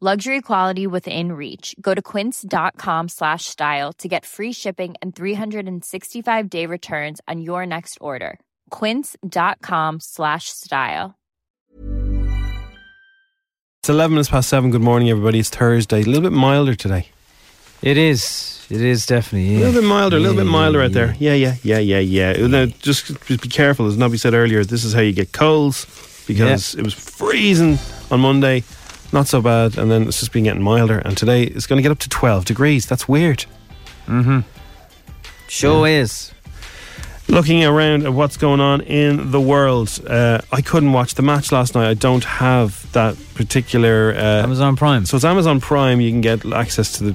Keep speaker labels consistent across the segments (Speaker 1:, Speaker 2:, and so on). Speaker 1: Luxury quality within reach. Go to quince.com slash style to get free shipping and 365 day returns on your next order. Quince.com slash style.
Speaker 2: It's 11 minutes past 7. Good morning, everybody. It's Thursday. A little bit milder today.
Speaker 3: It is. It is definitely.
Speaker 2: A
Speaker 3: yeah.
Speaker 2: little bit milder, a little bit
Speaker 3: Yeah,
Speaker 2: milder
Speaker 3: yeah,
Speaker 2: out there. Yeah, yeah, yeah, yeah, yeah. Now, just just be careful. As Nobby said earlier, this is how you get colds because it was freezing on Monday. Not so bad. And then it's just been getting milder. And today it's going to get up to 12 degrees. That's weird.
Speaker 3: yeah. Sure is.
Speaker 2: looking around at what's going on in the world. Uh, I couldn't watch the match last night. I don't have that particular. Uh,
Speaker 3: Amazon Prime.
Speaker 2: So it's Amazon Prime. You can get access to the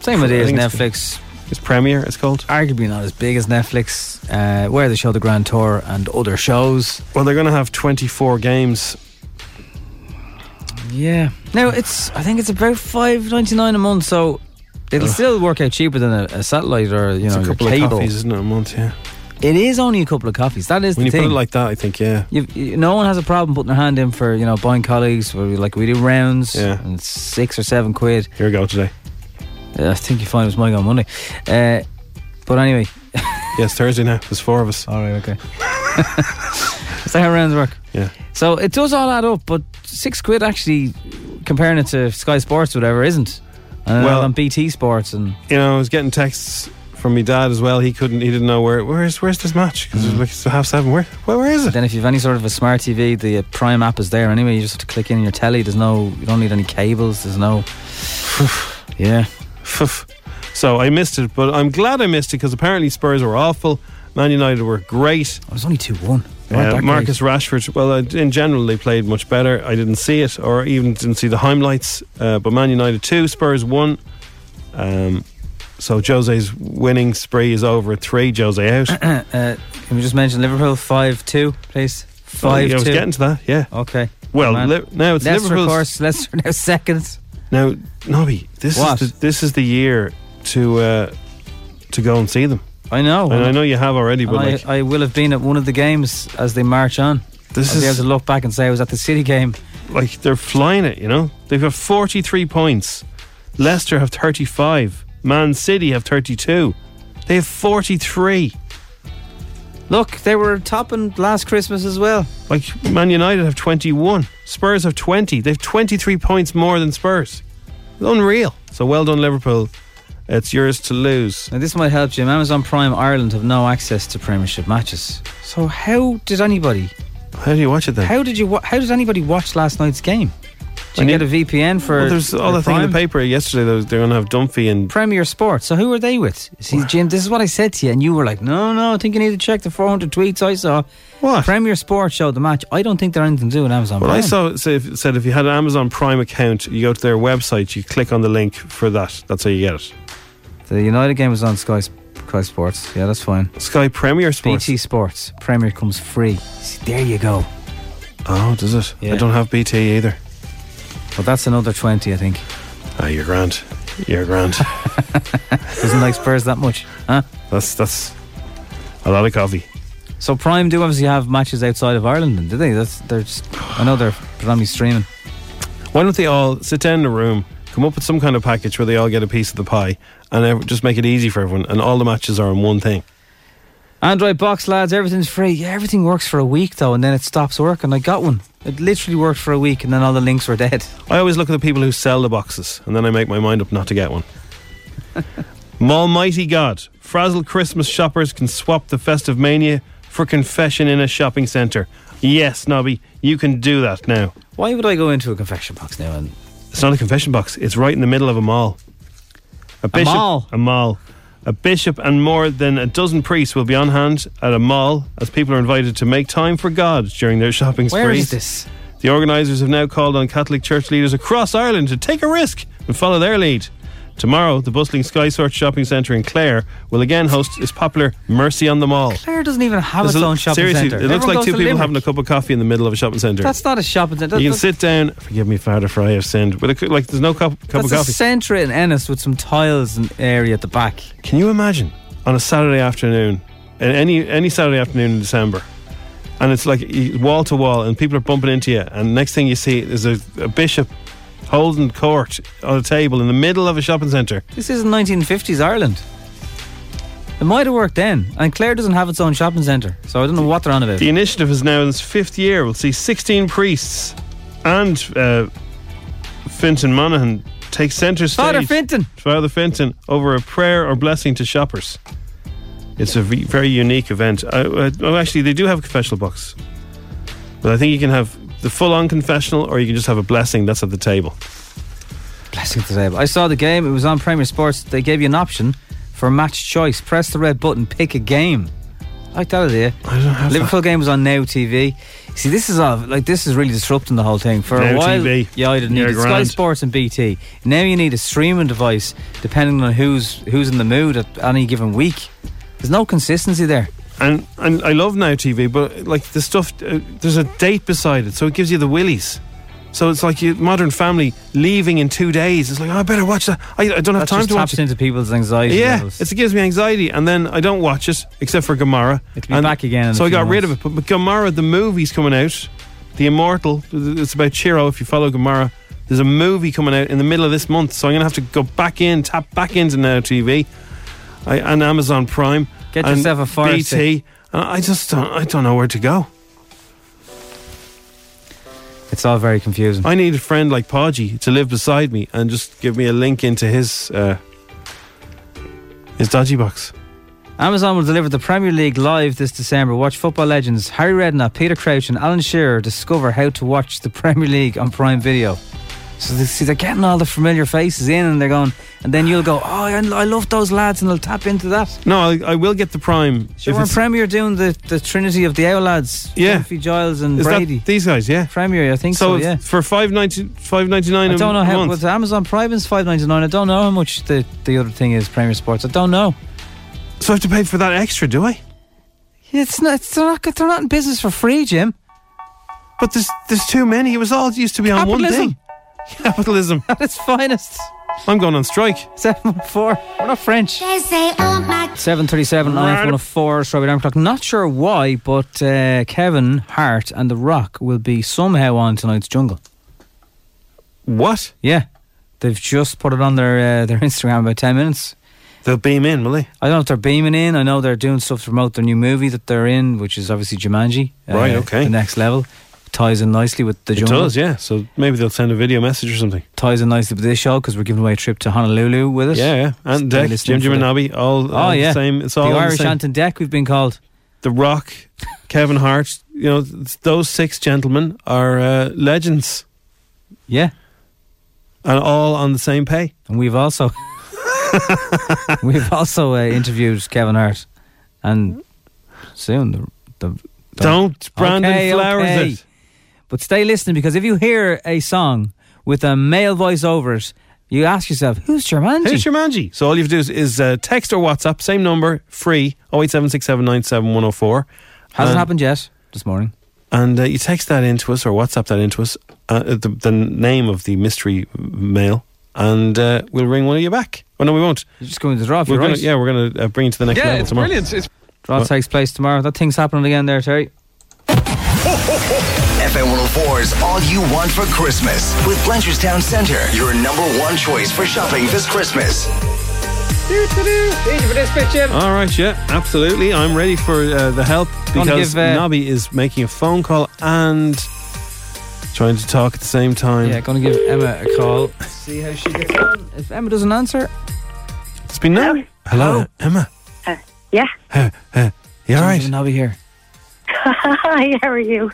Speaker 3: Same idea
Speaker 2: I
Speaker 3: as
Speaker 2: think it's-
Speaker 3: Netflix.
Speaker 2: it's Premiere. It's called.
Speaker 3: Arguably not as big as Netflix, uh, where they show the Grand Tour and other shows.
Speaker 2: Well, they're going to have 24 games.
Speaker 3: Yeah. Now it's. I think it's about five ninety nine a month. So it'll still work out cheaper than a, a satellite or you
Speaker 2: It's
Speaker 3: know
Speaker 2: a
Speaker 3: your
Speaker 2: couple
Speaker 3: cable.
Speaker 2: of coffees, isn't it? A month. Yeah.
Speaker 3: It is only a couple of coffees. That is
Speaker 2: When
Speaker 3: the
Speaker 2: you
Speaker 3: thing.
Speaker 2: put it like that, I think yeah.
Speaker 3: You've, you, no one has a problem putting their hand in for you know buying colleagues. Where we, like we do rounds,
Speaker 2: Yeah.
Speaker 3: and it's six or seven quid.
Speaker 2: Here we go today.
Speaker 3: Uh, I think you find it was mine on Monday. Uh, but anyway,
Speaker 2: Yes, Thursday now. There's four of us.
Speaker 3: all right, okay. Is that how rounds work?
Speaker 2: Yeah.
Speaker 3: So it does all add up, but six quid actually, comparing it to Sky Sports, or whatever, isn't. And
Speaker 2: Well-
Speaker 3: well, on BT Sports, and
Speaker 2: You know, I was getting texts from my dad as well. He couldn't. He didn't know where. Where's Where's this match?
Speaker 3: Mm.
Speaker 2: Because like it's half seven. Where Where, where is it?
Speaker 3: then if you've any sort of a smart TV, the uh, Prime app is there anyway. You just have to click in on your telly. There's no, you don't need any cables. There's no. yeah.
Speaker 2: Pff. So I missed it, but I'm glad I missed it because apparently Spurs were awful. Man United were great.
Speaker 3: Oh, it was only two one.
Speaker 2: Uh, Marcus Rashford, well, uh, in general, they played much better. I didn't see it or even didn't see the highlights. Uh, but Man United 2, Spurs 1. Um, so Jose's winning spree is over at 3. Jose out.
Speaker 3: Uh, uh, can we just mention Liverpool five two, please? Five
Speaker 2: Oh, I was
Speaker 3: two.
Speaker 2: getting to that, yeah.
Speaker 3: Okay.
Speaker 2: Well,
Speaker 3: Man.
Speaker 2: Li- now it's
Speaker 3: Leicester, of
Speaker 2: Liverpool's-
Speaker 3: course. Leicester now seconds.
Speaker 2: Now, Nobby, this is
Speaker 3: What?
Speaker 2: the, this is the year to uh, to go and see them.
Speaker 3: I know.
Speaker 2: And I know you have already,
Speaker 3: And
Speaker 2: but
Speaker 3: I,
Speaker 2: like,
Speaker 3: I will have been at one of the games as they march on.
Speaker 2: this
Speaker 3: I'll be able
Speaker 2: is
Speaker 3: to look back and say I was at the City game.
Speaker 2: like they're flying it, you know? They've got 43 points. Leicester have 35. Man City have 32. They have 43.
Speaker 3: Look, they were topping last Christmas as well.
Speaker 2: Like Man United have 21. Spurs have 20. They've 23 points more than Spurs. Unreal. So well done, Liverpool. It's yours to lose.
Speaker 3: Now this might help Jim. Amazon Prime Ireland have no access to Premiership matches. So how did anybody?
Speaker 2: How do you watch it then?
Speaker 3: How did you? wa- How did anybody watch last night's game? Did
Speaker 2: I
Speaker 3: you
Speaker 2: need-
Speaker 3: get a VPN for?
Speaker 2: well, there's all
Speaker 3: for
Speaker 2: that thing in
Speaker 3: Prime?
Speaker 2: the paper yesterday. That was, they're going to have Dunphy and
Speaker 3: Premier Sports. So who are they with? See, Jim, this is what I said to you, and you were like, "No, no, I think you need to check the 400 tweets I saw."
Speaker 2: what?
Speaker 3: Premier Sports showed the match. I don't think they're anything to do with Amazon.
Speaker 2: Well, I
Speaker 3: Prime.
Speaker 2: saw say if, said if you had an Amazon Prime account, you go to their website, you click on the link for that. That's how you get it.
Speaker 3: the United game was on Sky, Sky Sports. Yeah, that's fine.
Speaker 2: Sky Premier Sports.
Speaker 3: BT Sports Premier comes free. See, there you go.
Speaker 2: Oh, does it? I
Speaker 3: Yeah.
Speaker 2: don't have BT either.
Speaker 3: But that's another 20, I think.
Speaker 2: Ah, you're grand. You're grand.
Speaker 3: Doesn't like Spurs that much, huh?
Speaker 2: that's that's a lot of coffee.
Speaker 3: So Prime do obviously have matches outside of Ireland, then, do they? That's they're just, I know they're predominantly streaming.
Speaker 2: Why don't they all sit down in a room, come up with some kind of package where they all get a piece of the pie, and ev- just make it easy for everyone, and all the matches are in one thing.
Speaker 3: Android box, lads, everything's free. Yeah, everything works for a week though, and then it stops working. I got one. It literally worked for a week, and then all the links were dead.
Speaker 2: I always look at the people who sell the boxes, and then I make my mind up not to get one. Almighty God, frazzled Christmas shoppers can swap the festive mania for confession in a shopping centre. Yes, Nobby, you can do that now.
Speaker 3: Why would I go into a confession box now? And
Speaker 2: It's not a confession box. It's right in the middle of a mall. A bishop,
Speaker 3: mall?
Speaker 2: A mall. A bishop and more than a dozen priests will be on hand at a mall as people are invited to make time for God during their shopping sprees.
Speaker 3: where is this?
Speaker 2: The organisers have now called on Catholic Church leaders across Ireland to take a risk and follow their lead. Tomorrow, the bustling Skysorch shopping centre in Clare will again host its popular Mercy on the Mall.
Speaker 3: Claire doesn't even have its
Speaker 2: There's a-
Speaker 3: own shopping
Speaker 2: seriously,
Speaker 3: centre.
Speaker 2: it looks
Speaker 3: Everyone
Speaker 2: like
Speaker 3: goes
Speaker 2: two
Speaker 3: to
Speaker 2: people
Speaker 3: Limerick.
Speaker 2: having a cup of coffee in the middle of a shopping centre.
Speaker 3: That's not a shopping centre.
Speaker 2: you can
Speaker 3: That's-
Speaker 2: sit down. Forgive me, Father Fry. I've sinned. With a cu- like, there's no cup, cup of
Speaker 3: That's
Speaker 2: coffee.
Speaker 3: a centre in Ennis with some tiles and area at the back.
Speaker 2: Can you imagine on a Saturday afternoon, and any any Saturday afternoon in December, and it's like y- wall to wall, and people are bumping into you, and next thing you see is a, a bishop holding court on a table in the middle of a shopping centre.
Speaker 3: This isn't 1950s Ireland. It might have worked then, and Clare doesn't have its own shopping centre, so I don't know what they're on about.
Speaker 2: The initiative is now in its fifth year. We'll see 16 priests and uh, Fintan Monaghan take centre stage.
Speaker 3: Father Fintan.
Speaker 2: Father Fintan over a prayer or blessing to shoppers. It's a ve- very unique event. I, I, oh, actually, they do have a confessional box, but I think you can have the full-on confessional, or you can just have a blessing that's at the table.
Speaker 3: Blessing to the table. I saw the game. It was on Premier Sports. They gave you an option for match choice. Press the red button, pick a game. I like that idea.
Speaker 2: I don't have
Speaker 3: Liverpool game was on Now TV. See, this is all, like this is really disrupting the whole thing. For a
Speaker 2: Now
Speaker 3: while,
Speaker 2: TV.
Speaker 3: yeah, I didn't
Speaker 2: You're
Speaker 3: need Sky
Speaker 2: grand.
Speaker 3: Sports and BT. Now you need a streaming device, depending on who's who's in the mood at any given week. There's no consistency there.
Speaker 2: that. And and I love Now TV, but like the stuff, uh, there's a date beside it, so it gives you the willies. So it's like you, Modern Family leaving in two days. It's like oh, I better watch that. I, I don't have
Speaker 3: That
Speaker 2: time
Speaker 3: just
Speaker 2: to watch
Speaker 3: taps
Speaker 2: it.
Speaker 3: into people's anxiety.
Speaker 2: Yeah,
Speaker 3: levels.
Speaker 2: it's, it gives me anxiety, and then I don't watch it except for Gamara.
Speaker 3: It'll be
Speaker 2: And
Speaker 3: back again in
Speaker 2: So
Speaker 3: a
Speaker 2: I
Speaker 3: few
Speaker 2: got rid of it.
Speaker 3: months.
Speaker 2: But, but Gamara, the movie's coming out, the Immortal. It's about Chiro. If you follow Gamara, there's a movie coming out in the middle of this month, so I'm gonna have to go back in, tap back into Now TV, I, and Amazon Prime.
Speaker 3: Get
Speaker 2: and
Speaker 3: yourself a Fire
Speaker 2: BT.
Speaker 3: Stick.
Speaker 2: And I just don't. I don't know where to go.
Speaker 3: it's all very confusing.
Speaker 2: I need a friend like Podgy to live beside me and just give me a link into his uh, his dodgy box.
Speaker 3: Amazon will deliver the Premier League live this December. Watch football legends Harry Redknapp, Peter Crouch, and Alan Shearer discover how to watch the Premier League on Prime Video. So they see they're getting all the familiar faces in, and they're going, and then you'll go, oh, I, I love those lads, and they'll tap into that.
Speaker 2: No, I, I will get the Prime.
Speaker 3: Sure, when
Speaker 2: it's-
Speaker 3: Premier doing the, the Trinity of the Owl lads,
Speaker 2: Yeah.
Speaker 3: Murphy, Giles, and
Speaker 2: Is
Speaker 3: Brady.
Speaker 2: that these guys? Yeah.
Speaker 3: Premier, I think so.
Speaker 2: So,
Speaker 3: yeah,
Speaker 2: if- for five ninety five ninety nine.
Speaker 3: I don't know
Speaker 2: a
Speaker 3: how.
Speaker 2: month,
Speaker 3: But Amazon Prime is five ninety nine. I don't know how much the the other thing is Premier Sports. I don't know.
Speaker 2: so I have to pay for that extra, do I?
Speaker 3: It's not. It's, they're not. They're not in business for free, Jim.
Speaker 2: But there's there's too many. It was all used to be on
Speaker 3: Capitalism.
Speaker 2: one thing. Capitalism.
Speaker 3: At its finest.
Speaker 2: I'm going on strike.
Speaker 3: 714. We're not French.
Speaker 4: They say, oh my
Speaker 3: 737 on F104, Strawberry Alarm Clock. Not sure why, but uh, Kevin Hart and The Rock will be somehow on tonight's Jungle.
Speaker 2: What?
Speaker 3: Yeah. They've just put it on their uh, their Instagram about 10 minutes.
Speaker 2: They'll beam in, will they?
Speaker 3: I don't know if they're beaming in. I know they're doing stuff to promote their new movie that they're in, which is obviously Jumanji. uh,
Speaker 2: Right, okay.
Speaker 3: The next level. Ties in nicely with the
Speaker 2: It
Speaker 3: jungle.
Speaker 2: does, yeah. So maybe they'll send a video message or something.
Speaker 3: Ties in nicely with this show because we're giving away a trip to Honolulu with us.
Speaker 2: Yeah, yeah. And
Speaker 3: Stay
Speaker 2: Deck,
Speaker 3: listening
Speaker 2: Jim Jim
Speaker 3: for
Speaker 2: and
Speaker 3: the-
Speaker 2: Nobby, all, all
Speaker 3: Oh, yeah.
Speaker 2: the same. It's all
Speaker 3: the
Speaker 2: all the,
Speaker 3: Irish
Speaker 2: same.
Speaker 3: Ant and Deck, we've been called.
Speaker 2: the Rock, Kevin Hart. You know, th- those six gentlemen are uh, legends,
Speaker 3: Yeah.
Speaker 2: and all on the same pay.
Speaker 3: And we've also we've also uh, interviewed Kevin Hart, and soon the, the
Speaker 2: Don't Brandon
Speaker 3: Okay,
Speaker 2: Flowers
Speaker 3: okay.
Speaker 2: it.
Speaker 3: But stay listening because if you hear a song with a male voice over it, you ask yourself, "Who's Jumanji?"
Speaker 2: Here's Jumanji. So all you have to do is, is uh, text or WhatsApp, same number, free, 08767971004.
Speaker 3: Hasn't
Speaker 2: Um,
Speaker 3: happened yet this morning.
Speaker 2: oh And uh, you text that into us or WhatsApp that into us, uh, the, the name of the mystery mail, and uh, we'll ring one of you back. Oh, no, we won't.
Speaker 3: You're just going to draw. If
Speaker 2: We're
Speaker 3: you're
Speaker 2: gonna,
Speaker 3: right.
Speaker 2: Yeah, we're going to uh, bring it to the next level tomorrow.
Speaker 3: Draw takes place tomorrow. That thing's happening again there, Terry.
Speaker 5: FM 104's All You Want for Christmas with Blanchardstown Centre, your number one choice for shopping this Christmas.
Speaker 3: Thank you for this bit, Jim.
Speaker 2: All right, yeah, absolutely. I'm ready for uh, the help
Speaker 3: Gonna
Speaker 2: because
Speaker 3: give, uh,
Speaker 2: Nobby is making a phone call and trying to talk at the same time.
Speaker 3: Yeah, going to give Emma a call. See how she gets on. If Emma doesn't answer,
Speaker 2: It's been now. Hello, Emma.
Speaker 4: Yeah.
Speaker 2: You all right?
Speaker 3: Even Nobby here.
Speaker 4: Hi, how are you?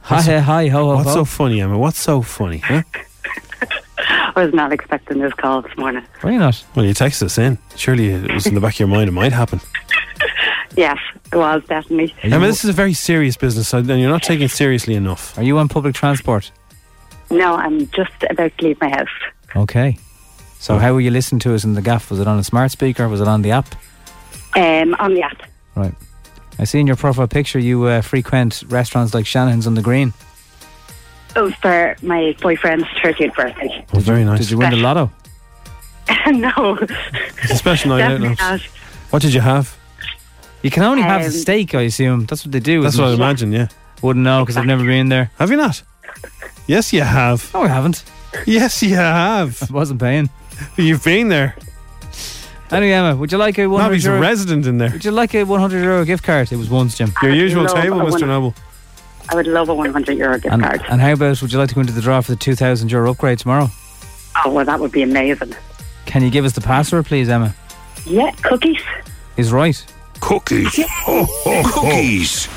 Speaker 3: Hi, hi, hi, ho, ho,
Speaker 2: What's
Speaker 3: ho.
Speaker 2: so funny, Emma? What's so funny? Huh?
Speaker 4: I was not expecting this call this morning.
Speaker 3: Why not?
Speaker 2: Well, you texted us in. Surely it was in the back of your mind. It might happen.
Speaker 4: Yes, it was definitely.
Speaker 3: Are you,
Speaker 2: Emma, this is a very serious business, so- and you're not taking it seriously enough.
Speaker 3: are you on public transport?
Speaker 4: No, I'm just about to leave my house.
Speaker 3: Okay. So how were you listening to us in the gaff? Was it on a smart speaker? Was it on the app?
Speaker 4: Um, on the app.
Speaker 3: Right. I see in your profile picture you uh, frequent restaurants like Shanahan's on the Green.
Speaker 4: Oh, for my boyfriend's 13th birthday.
Speaker 2: Oh, very nice.
Speaker 3: Did you win the lotto?
Speaker 4: no,
Speaker 2: it's a special night out.
Speaker 4: definitely
Speaker 2: lads.
Speaker 4: not.
Speaker 2: What did you have?
Speaker 3: You can only have the
Speaker 4: Um,
Speaker 3: steak, I assume. That's what they do.
Speaker 2: That's
Speaker 3: isn't
Speaker 2: what I
Speaker 3: it?
Speaker 2: imagine. Yeah.
Speaker 3: Wouldn't know because I've never been there.
Speaker 2: Have you not? Yes, you have.
Speaker 3: No, I haven't.
Speaker 2: Yes, you have.
Speaker 3: Wasn't paying.
Speaker 2: You've been there.
Speaker 3: Anyway, Emma, would you like a 100
Speaker 2: Nobby's a
Speaker 3: euro?
Speaker 2: resident in there.
Speaker 3: would you like a 100 euro gift card? It was once, Jim.
Speaker 2: Your usual
Speaker 4: love
Speaker 2: table,
Speaker 4: a
Speaker 2: Mr.
Speaker 4: winner.
Speaker 2: Noble.
Speaker 4: I would love a 100 euro gift
Speaker 3: And,
Speaker 4: card.
Speaker 3: and how about would you like to go into the draw for the 2,000 euro upgrade tomorrow?
Speaker 4: oh, well, that would be amazing.
Speaker 3: Can you give us the password, please, Emma?
Speaker 4: Yeah, cookies.
Speaker 3: He's right.
Speaker 5: Cookies. Cookies.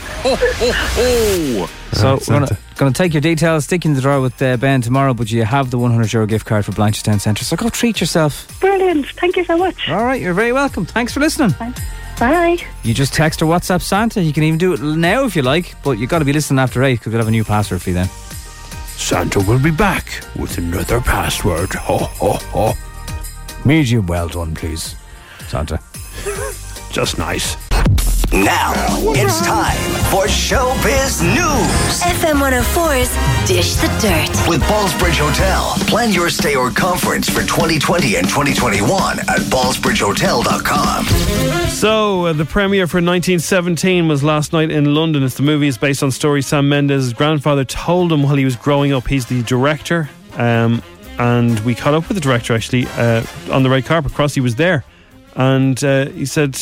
Speaker 6: Oh.
Speaker 3: So
Speaker 2: Right,
Speaker 3: we're gonna,
Speaker 2: Santa.
Speaker 3: gonna take your details, stick you in the drawer with uh, Ben tomorrow, but you have the 100 euro gift card for Blanchardstown Centre. So go treat yourself.
Speaker 4: Brilliant. Thank you so much.
Speaker 3: All right, you're very welcome. Thanks for listening.
Speaker 4: Bye.
Speaker 3: You just text or WhatsApp Santa. You can even do it now if you like, but you got to be listening after eight because we'll have a new password for you then.
Speaker 5: Santa will be back with another password. Ho, ho, ho.
Speaker 3: Medium well done, please, Santa.
Speaker 5: Just nice. Now it's time for Showbiz News
Speaker 7: FM 104's Dish the Dirt.
Speaker 5: with Ballsbridge Hotel. Plan your stay or conference for 2020 and 2021 at ballsbridgehotel.com.
Speaker 2: So, uh, the premiere for 1917 was last night in London. It's the movie is based on story Sam Mendes' grandfather told him while he was growing up. He's the director, um, and we caught up with the director actually uh, on the red carpet. Crossy was there, and uh, he said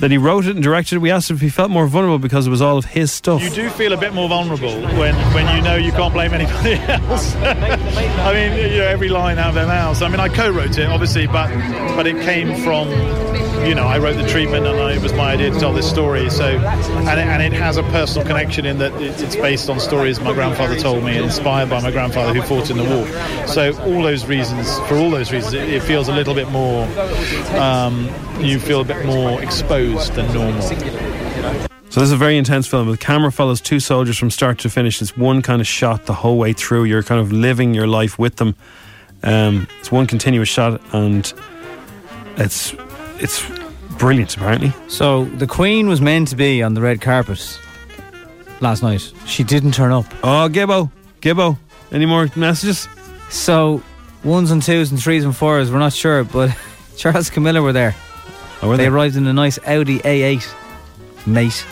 Speaker 2: that he wrote it and directed it. We asked him if he felt more vulnerable because it was all of his stuff.
Speaker 8: You do feel a bit more vulnerable when, when you know you can't blame anybody else. I mean, you know, every line out of their mouths. I mean, I co-wrote it, obviously, but but it came from, you know, I wrote the treatment and I, it was my idea to tell this story. So, and it, and it has a personal connection in that it, it's based on stories my grandfather told me, and inspired by my grandfather who fought in the war. So, all those reasons, for all those reasons, it, it feels a little bit more. Um, you feel a bit more exposed than normal.
Speaker 2: So this is a very intense film. The camera follows two soldiers from start to finish. It's one kind of shot the whole way through. You're kind of living your life with them. Um, it's one continuous shot, and it's it's brilliant. Apparently,
Speaker 3: So the Queen was meant to be on the red carpet last night. She didn't turn up.
Speaker 2: oh Gibbo, Gibbo, any more messages?
Speaker 3: So ones and twos and threes and fours, we're not sure, but Charles and Camilla were there.
Speaker 2: Oh, were
Speaker 3: They
Speaker 2: they?
Speaker 3: arrived in a nice Audi A8, mate.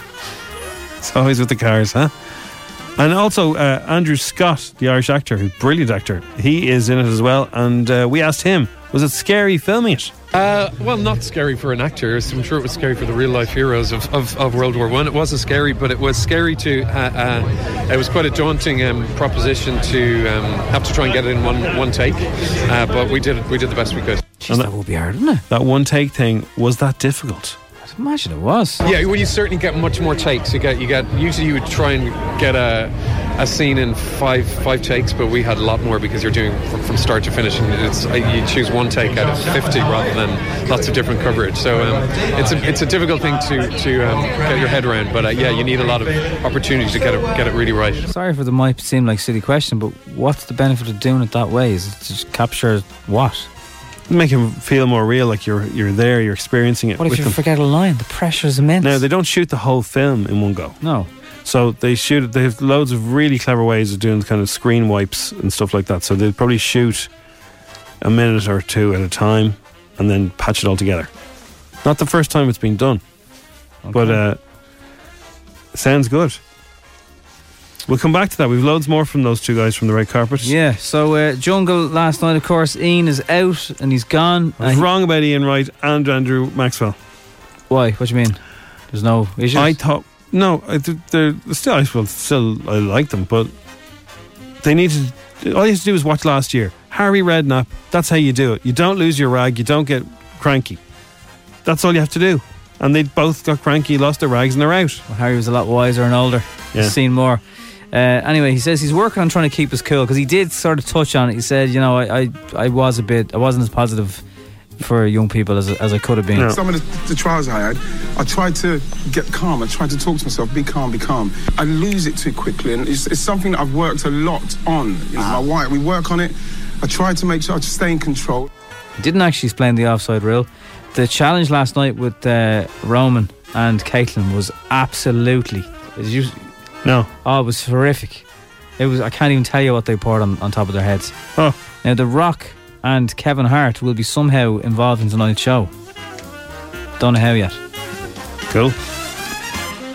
Speaker 2: It's always with the cars, huh? And also uh, Andrew Scott, the Irish actor, who's a brilliant actor. He is in it as well, and uh, we asked him, was it scary filming it?
Speaker 9: Uh, well, not scary for an actor. I'm sure it was scary for the real life heroes of, of, of World War One. It wasn't scary, but it was scary to. Uh, uh, it was quite a daunting um, proposition to um, have to try and get it in one one take. Uh, but we did we did the best we could.
Speaker 3: Jeez, that would be hard, wouldn't it?
Speaker 2: That one take thing was that difficult?
Speaker 3: I'd imagine it was.
Speaker 9: Yeah, well, you certainly get much more takes. You get you get usually you would try and get a a scene in five five takes, but we had a lot more because you're doing from, from start to finish, and it's uh, you choose one take out of fifty rather than lots of different coverage. So um, it's a it's a difficult thing to to um, get your head around, but uh, yeah, you need a lot of opportunities to get it get it really right.
Speaker 3: Sorry for the might seem like silly question, but what's the benefit of doing it that way? Is it to just capture what?
Speaker 2: Make him feel more real, like you're you're there, you're experiencing it
Speaker 3: What if
Speaker 2: with
Speaker 3: you
Speaker 2: them.
Speaker 3: forget a line? The pressure is immense.
Speaker 2: Now they don't shoot the whole film in one go,
Speaker 3: No.
Speaker 2: so they shoot. it- They have loads of really clever ways of doing kind of screen wipes and stuff like that. So they probably shoot a minute or two at a time, and then patch it all together. Not the first time it's been done, but uh, sounds good. We'll come back to that. We've loads more from those two guys from the red carpet.
Speaker 3: Yeah, so uh, Jungle last night, of course, Ian is out and he's gone. Uh,
Speaker 2: I was
Speaker 3: And-
Speaker 2: wrong about Ian Wright and Andrew Maxwell.
Speaker 3: Why? What do you mean? There's no issues?
Speaker 2: I thought no, I th- they're still I well, still I like them, but they need to. All you have to do is watch last year. Harry Redknapp. That's how you do it. You don't lose your rag. You don't get cranky. That's all you have to do. And they both got cranky, lost their rags, and they're out.
Speaker 3: Well, Harry was a lot wiser and older.
Speaker 2: Yeah.
Speaker 3: He's seen more. Uh, anyway, he says he's working on trying to keep us cool because he did sort of touch on it. He said, you know, I, I, I was a bit, I wasn't as positive for young people as, as I could have been.
Speaker 2: No.
Speaker 10: Some of the, the trials I had, I tried to get calm. I tried to talk to myself, be calm, be calm. I lose it too quickly, and it's, it's something that I've worked a lot on. You know,
Speaker 3: Ah.
Speaker 10: my wife, we work on it. I try to make sure I stay in control.
Speaker 3: He didn't actually explain the offside rule. The challenge last night with uh, Roman and Caitlin was absolutely, as you,
Speaker 2: No.
Speaker 3: oh, it was horrific. It was, I can't even tell you what they poured on, on top of their heads.
Speaker 2: Oh,
Speaker 3: Now, The Rock and Kevin Hart will be somehow involved in tonight's show. Don't know how yet.
Speaker 2: cool.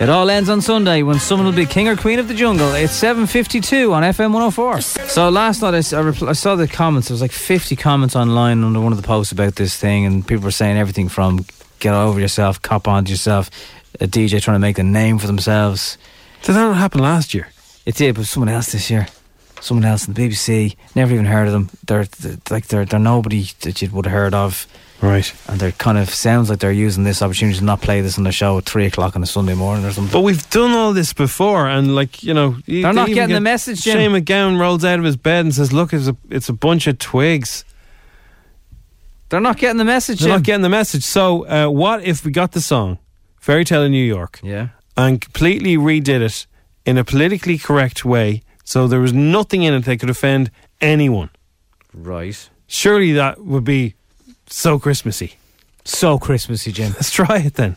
Speaker 3: It all ends on Sunday when someone will be king or queen of the jungle. It's 7.52 on FM 104. So last night I, s- I repl- I saw the comments. There was like 50 comments online under one of the posts about this thing and people were saying everything from get over yourself, cop on to yourself, a DJ trying to make a name for themselves.
Speaker 2: Did that not happen last year?
Speaker 3: It did, but someone else this year. Someone else in the BBC. Never even heard of them. They're th- like they're, they're nobody that you would have heard of.
Speaker 2: Right.
Speaker 3: And they're kind of sounds like they're using this opportunity to not play this on the show at three o'clock on a Sunday morning or something.
Speaker 2: But we've done all this before, and like you know, you-
Speaker 3: They're
Speaker 2: they
Speaker 3: not
Speaker 2: even
Speaker 3: getting the message, Jim.
Speaker 2: Shane McGowan rolls out of his bed and says, "Look, it's a it's a bunch of twigs."
Speaker 3: They're not getting the message.
Speaker 2: They're
Speaker 3: Jim.
Speaker 2: not getting the message. So, uh, what if we got the song "Fairy Tale in New York"
Speaker 3: yeah.
Speaker 2: and completely redid it in a politically correct way, so there was nothing in it that could offend anyone?
Speaker 3: Right.
Speaker 2: Surely that would be so Christmassy.
Speaker 3: So Christmassy, Jim.
Speaker 2: Let's try it then.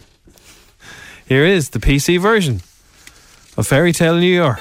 Speaker 2: Here is the PC version of Fairy Tale in New York.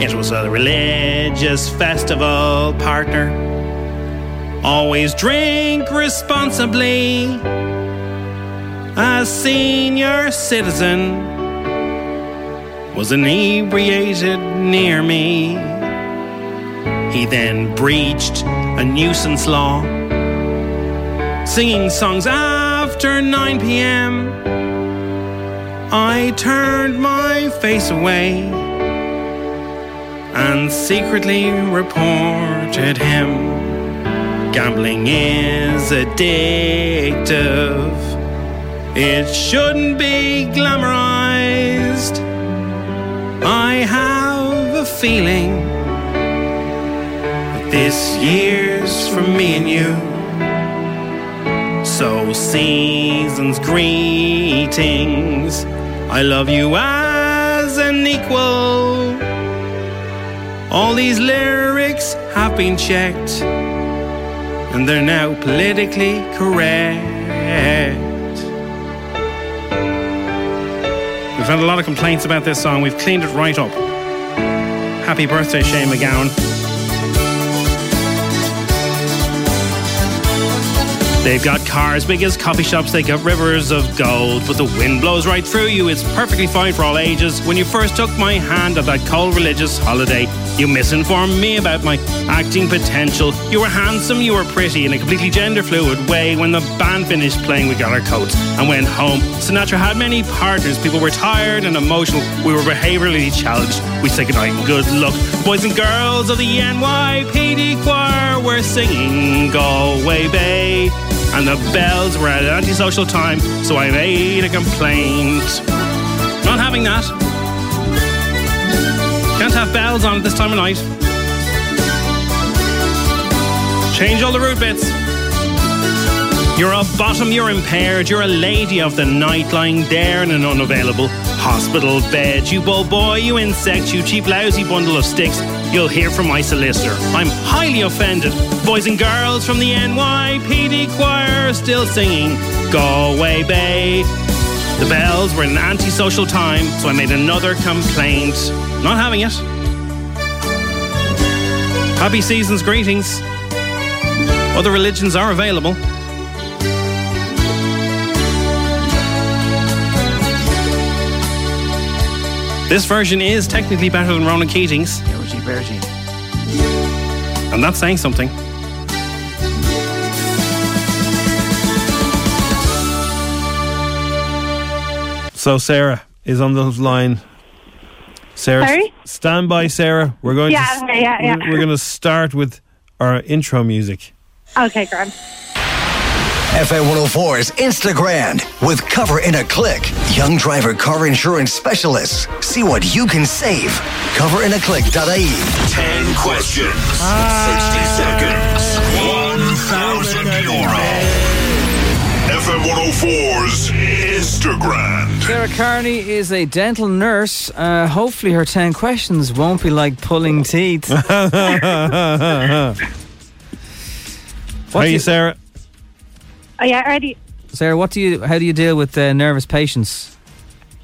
Speaker 11: It was a religious festival, partner. Always drink responsibly. A senior citizen was inebriated near me. He then breached a nuisance law, singing songs after 9 p.m. I turned my face away and secretly reported him. Gambling is addictive. It shouldn't be glamorized. I have a feeling that this year's for me and you. So, season's greetings. I love you as an equal. All these lyrics have been checked, and they're now politically correct. We've had a lot of complaints about this song. We've cleaned it right up. Happy birthday, Shane McGowan. They've got cars big as coffee shops, they got rivers of gold, but the wind blows right through you. It's perfectly fine for all ages. When you first took my hand at that cold religious holiday, you misinformed me about my acting potential. You were handsome, you were pretty, in a completely gender fluid way. When the band finished playing, we got our coats and went home. Sinatra had many partners. People were tired and emotional. We were behaviorally challenged. We said goodnight and good luck. The boys and girls of the NYPD choir were singing Galway Bay and the bells were at an antisocial time, so I made a complaint. Not having that. Can't have bells on at this time of night. Change all the root bits. You're a bottom, you're impaired, you're a lady of the night lying there in an unavailable hospital bed. You bow boy, you insect, you cheap lousy bundle of sticks. You'll hear from my solicitor. I'm highly offended. Boys and girls from the NYPD choir still singing Galway Bay. The bells were an antisocial time, so I made another complaint. Not having it. Happy season's greetings. Other religions are available. This version is technically better than Ronan Keating's. I'm not saying something.
Speaker 2: So Sarah is on the line. Sarah,
Speaker 4: Sorry?
Speaker 2: s- stand by, Sarah. We're going
Speaker 4: Yeah,
Speaker 2: to s-
Speaker 4: okay, yeah, yeah.
Speaker 2: We're, we're going to start with our intro music.
Speaker 4: Okay, grand.
Speaker 5: FM 104's Instagram with cover in a click. Young driver car insurance specialists. See what you can save. Coverinaclick.ie.
Speaker 6: 10 questions, 60 seconds, 1,000 euro. FM 104's Instagram.
Speaker 3: Sarah Carney is a dental nurse. Uh, hopefully, her 10 questions won't be like pulling teeth.
Speaker 2: How
Speaker 3: What
Speaker 2: are
Speaker 3: do
Speaker 2: you,
Speaker 3: you-
Speaker 2: Sarah?
Speaker 4: Oh, yeah, ready.
Speaker 3: Sarah, what do you? How do you deal with uh, nervous patients?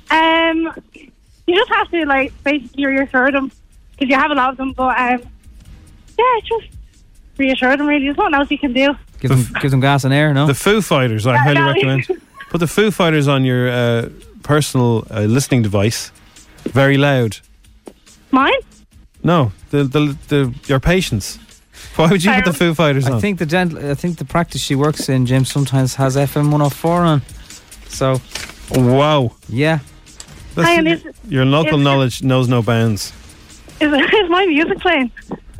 Speaker 4: Um, you just have to like basically reassure them because you have a lot of them. But um, yeah, just reassure them. Really, there's nothing else you can do.
Speaker 3: Give them, give them gas and air. No,
Speaker 2: the Foo Fighters. I highly
Speaker 4: no.
Speaker 2: recommend. Put the Foo Fighters on your uh, personal uh, listening device, very loud.
Speaker 4: Mine?
Speaker 2: No, the the, the your patients. Why would you put the Foo Fighters on?
Speaker 3: I think the dental. I think the practice she works in, Jim, sometimes has FM 104 on. So,
Speaker 2: wow.
Speaker 3: Yeah.
Speaker 2: That's-
Speaker 4: Hi, and is-
Speaker 2: your local
Speaker 4: is-
Speaker 2: knowledge knows no bounds.
Speaker 4: Is, is my music playing?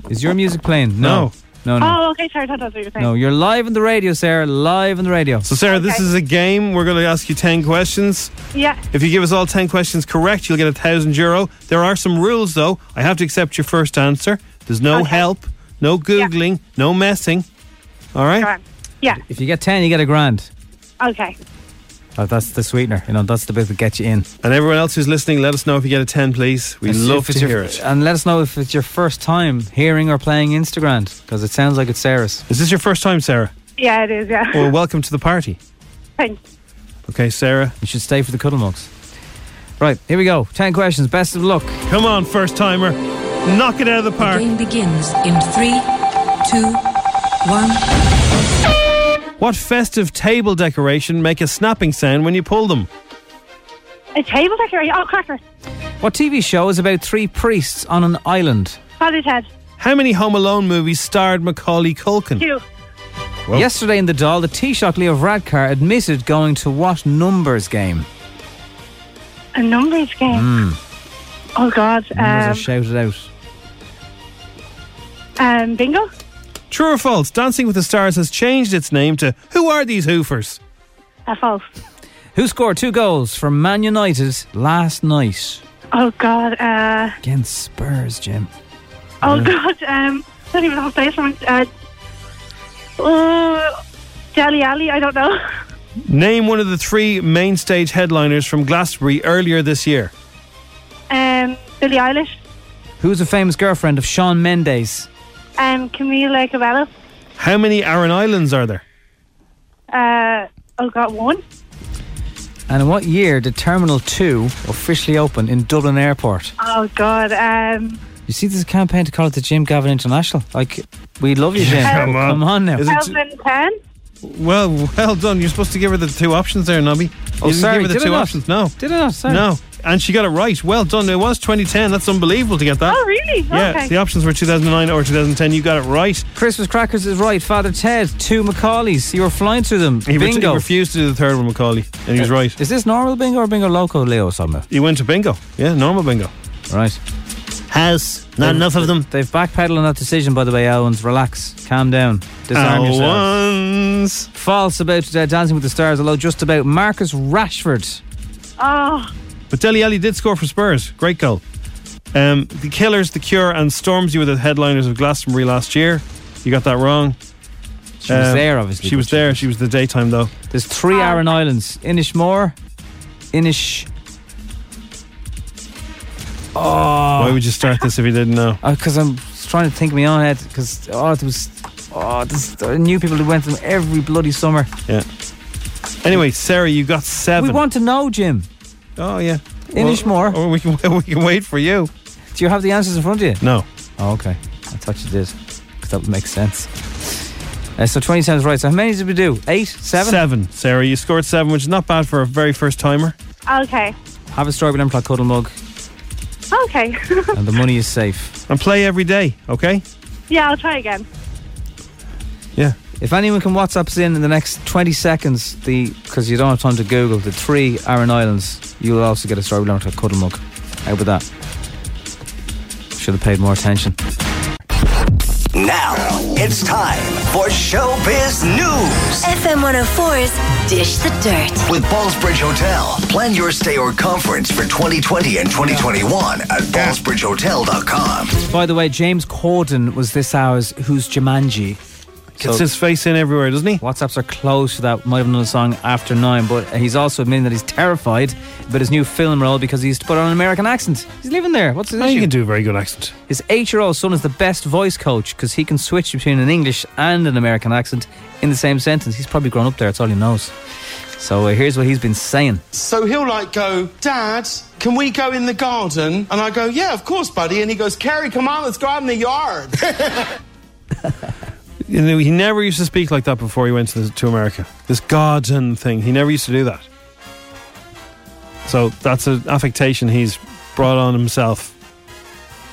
Speaker 3: Is your music playing? No. No. No.
Speaker 4: Oh, okay, sorry, that does what you're saying.
Speaker 3: No, you're live on the radio, Sarah. Live on the radio.
Speaker 2: So, Sarah, this is a game. We're going to ask you 10 questions.
Speaker 4: Yeah.
Speaker 2: If you give us all 10 questions correct, you'll get a 1,000 euro. There are some rules, though. I have to accept your first answer. There's no help, no Googling, no messing. All right?
Speaker 4: Grand. Yeah.
Speaker 3: If you get 10, you get a grand.
Speaker 4: Okay.
Speaker 3: Oh, that's the sweetener. You know, that's the bit that gets you in.
Speaker 2: And everyone else who's listening, let us know if you get a 10, please. We
Speaker 3: If-
Speaker 2: love
Speaker 3: if it's
Speaker 2: to
Speaker 3: your-
Speaker 2: hear it.
Speaker 3: And let us know if it's your first time hearing or playing Instagram, because it sounds like it's Sarah's.
Speaker 2: Is this your first time, Sarah?
Speaker 4: Yeah, it is. Yeah.
Speaker 2: Well, welcome to the party.
Speaker 4: Thanks.
Speaker 2: Okay, Sarah.
Speaker 3: You should stay for the cuddle mugs. Right, here we go. 10 questions. Best of luck.
Speaker 2: Come on, first timer. Knock it out of the park.
Speaker 12: Game begins in three, two, one.
Speaker 2: What festive table decoration make a snapping sound when you pull them?
Speaker 4: A table decoration. Oh, crackers.
Speaker 3: What TV show is about three priests on an island?
Speaker 4: Father's head.
Speaker 2: How many Home Alone movies starred Macaulay Culkin?
Speaker 4: Two.
Speaker 3: Yesterday in the doll, the Taoiseach Leo Radcar admitted going to what numbers game?
Speaker 4: A numbers game.
Speaker 3: Mm,
Speaker 4: Oh God.
Speaker 3: numbers are
Speaker 4: Um,
Speaker 3: shouted out.
Speaker 4: um, bingo.
Speaker 2: True or false? Dancing with the Stars has changed its name to Who Are These Hoofers?
Speaker 4: Uh, false.
Speaker 3: Who scored two goals for Man United last night?
Speaker 4: Oh God. Uh,
Speaker 3: Against Spurs, Jim.
Speaker 4: oh
Speaker 3: Yeah.
Speaker 4: God. Um, I don't even have a place for it. Uh, uh, Jelly Alley, I don't know.
Speaker 2: Name one of the three main stage headliners from Glastonbury earlier this year.
Speaker 4: Um, Billie Eilish,
Speaker 3: Who's a famous girlfriend of Sean Mendes?
Speaker 4: um, Camila Cabello.
Speaker 2: How many Aran Islands are there?
Speaker 4: Uh, oh, got one.
Speaker 3: And in what year did Terminal 2 officially open in Dublin Airport?
Speaker 4: Oh God. Um,
Speaker 3: You see, there's a campaign to call it the Jim Gavin International. Like, we love you, Jim.
Speaker 2: Yeah, come on.
Speaker 3: Come on now.
Speaker 4: 2010.
Speaker 2: Well, well done. You're supposed to give her the two options there, Nobby.
Speaker 3: Oh,
Speaker 2: You didn't
Speaker 3: sorry,
Speaker 2: Give her the
Speaker 3: did I
Speaker 2: two
Speaker 3: not?
Speaker 2: options. No.
Speaker 3: Did I not? Sorry.
Speaker 2: No. And she got it right. Well done. It was 2010. That's unbelievable to get that.
Speaker 3: Oh, really?
Speaker 2: Yeah.
Speaker 3: Okay.
Speaker 2: The options were 2009 or 2010. You got it right.
Speaker 3: Christmas crackers is right. Father Ted, two Macaulays. You were flying through them.
Speaker 2: He, re-
Speaker 3: bingo. Uh,
Speaker 2: he refused to do the third one, Macaulay, and he was right.
Speaker 3: Is this normal bingo or bingo loco, Leo? Something.
Speaker 2: He went to bingo. Yeah, normal bingo.
Speaker 3: Right.
Speaker 2: Has not enough of them.
Speaker 3: They've backpedaled on that decision, by the way, Owens. Relax. Calm down.
Speaker 2: Oh,
Speaker 3: Disarm
Speaker 2: yourselves.
Speaker 3: False about uh, Dancing with the Stars, although just about Marcus Rashford.
Speaker 4: Oh,
Speaker 2: But Deli Alli did score for Spurs. Great goal. Um, the Killers, The Cure, and Stormzy were the headliners of Glastonbury last year. You got that wrong. Um,
Speaker 3: She was there, obviously,
Speaker 2: She was there. She was the daytime, though.
Speaker 3: There's three Aran Islands Inishmore, Inish. Oh.
Speaker 2: Why would you start this if you didn't know?
Speaker 3: Because Oh, uh, I'm trying to think of my own head, because oh, it was. Oh, this, I knew people who went to them every bloody summer.
Speaker 2: Yeah. Anyway, Sarah, you got seven.
Speaker 3: We want to know, Jim.
Speaker 2: Oh, yeah.
Speaker 3: Inishmore.
Speaker 2: Or we can, we can wait for you.
Speaker 3: Do you have the answers in front of you?
Speaker 2: No.
Speaker 3: Oh, okay. I thought you did. Because that would make sense. Uh, so 20 sounds right. So how many did we do? Eight? Seven?
Speaker 2: Seven, Sarah. You scored seven, which is not bad for a very first timer.
Speaker 4: okay,
Speaker 3: Have a story with Employ Cuddle Mug,
Speaker 4: okay.
Speaker 3: and the money is safe.
Speaker 2: And play every day, okay?
Speaker 4: yeah, I'll try again.
Speaker 2: Yeah.
Speaker 3: If anyone can WhatsApp us in in the next 20 seconds, the because you don't have time to Google, the three Aran Islands, you'll also get a story with Employ Cuddle Mug. How about that? Should have paid more attention.
Speaker 5: Now it's time for Showbiz News.
Speaker 7: FM 104's Dish the Dirt.
Speaker 5: With Ballsbridge Hotel, plan your stay or conference for 2020 and 2021 at ballsbridgehotel.com.
Speaker 3: By the way, James Corden was this hour's Who's Jumanji.
Speaker 2: Gets his face in everywhere, doesn't he?
Speaker 3: WhatsApps are close to that. Might have another song after nine, but he's also admitting that he's terrified about his new film role because he used to put on an American accent. He's living there. What's his
Speaker 2: Oh,
Speaker 3: issue?
Speaker 2: you can do a very good accent.
Speaker 3: His eight-year-old son is the best voice coach because he can switch between an English and an American accent in the same sentence. He's probably grown up there. It's all he knows. So uh, here's what he's been saying.
Speaker 13: So he'll like go, Dad, can we go in the garden? And I go, Yeah, of course, buddy. And he goes, Carrie, come on, let's go out in the yard.
Speaker 2: You know, he never used to speak like that before he went to, to America. This garden thing, he never used to do that. So that's an affectation he's brought on himself.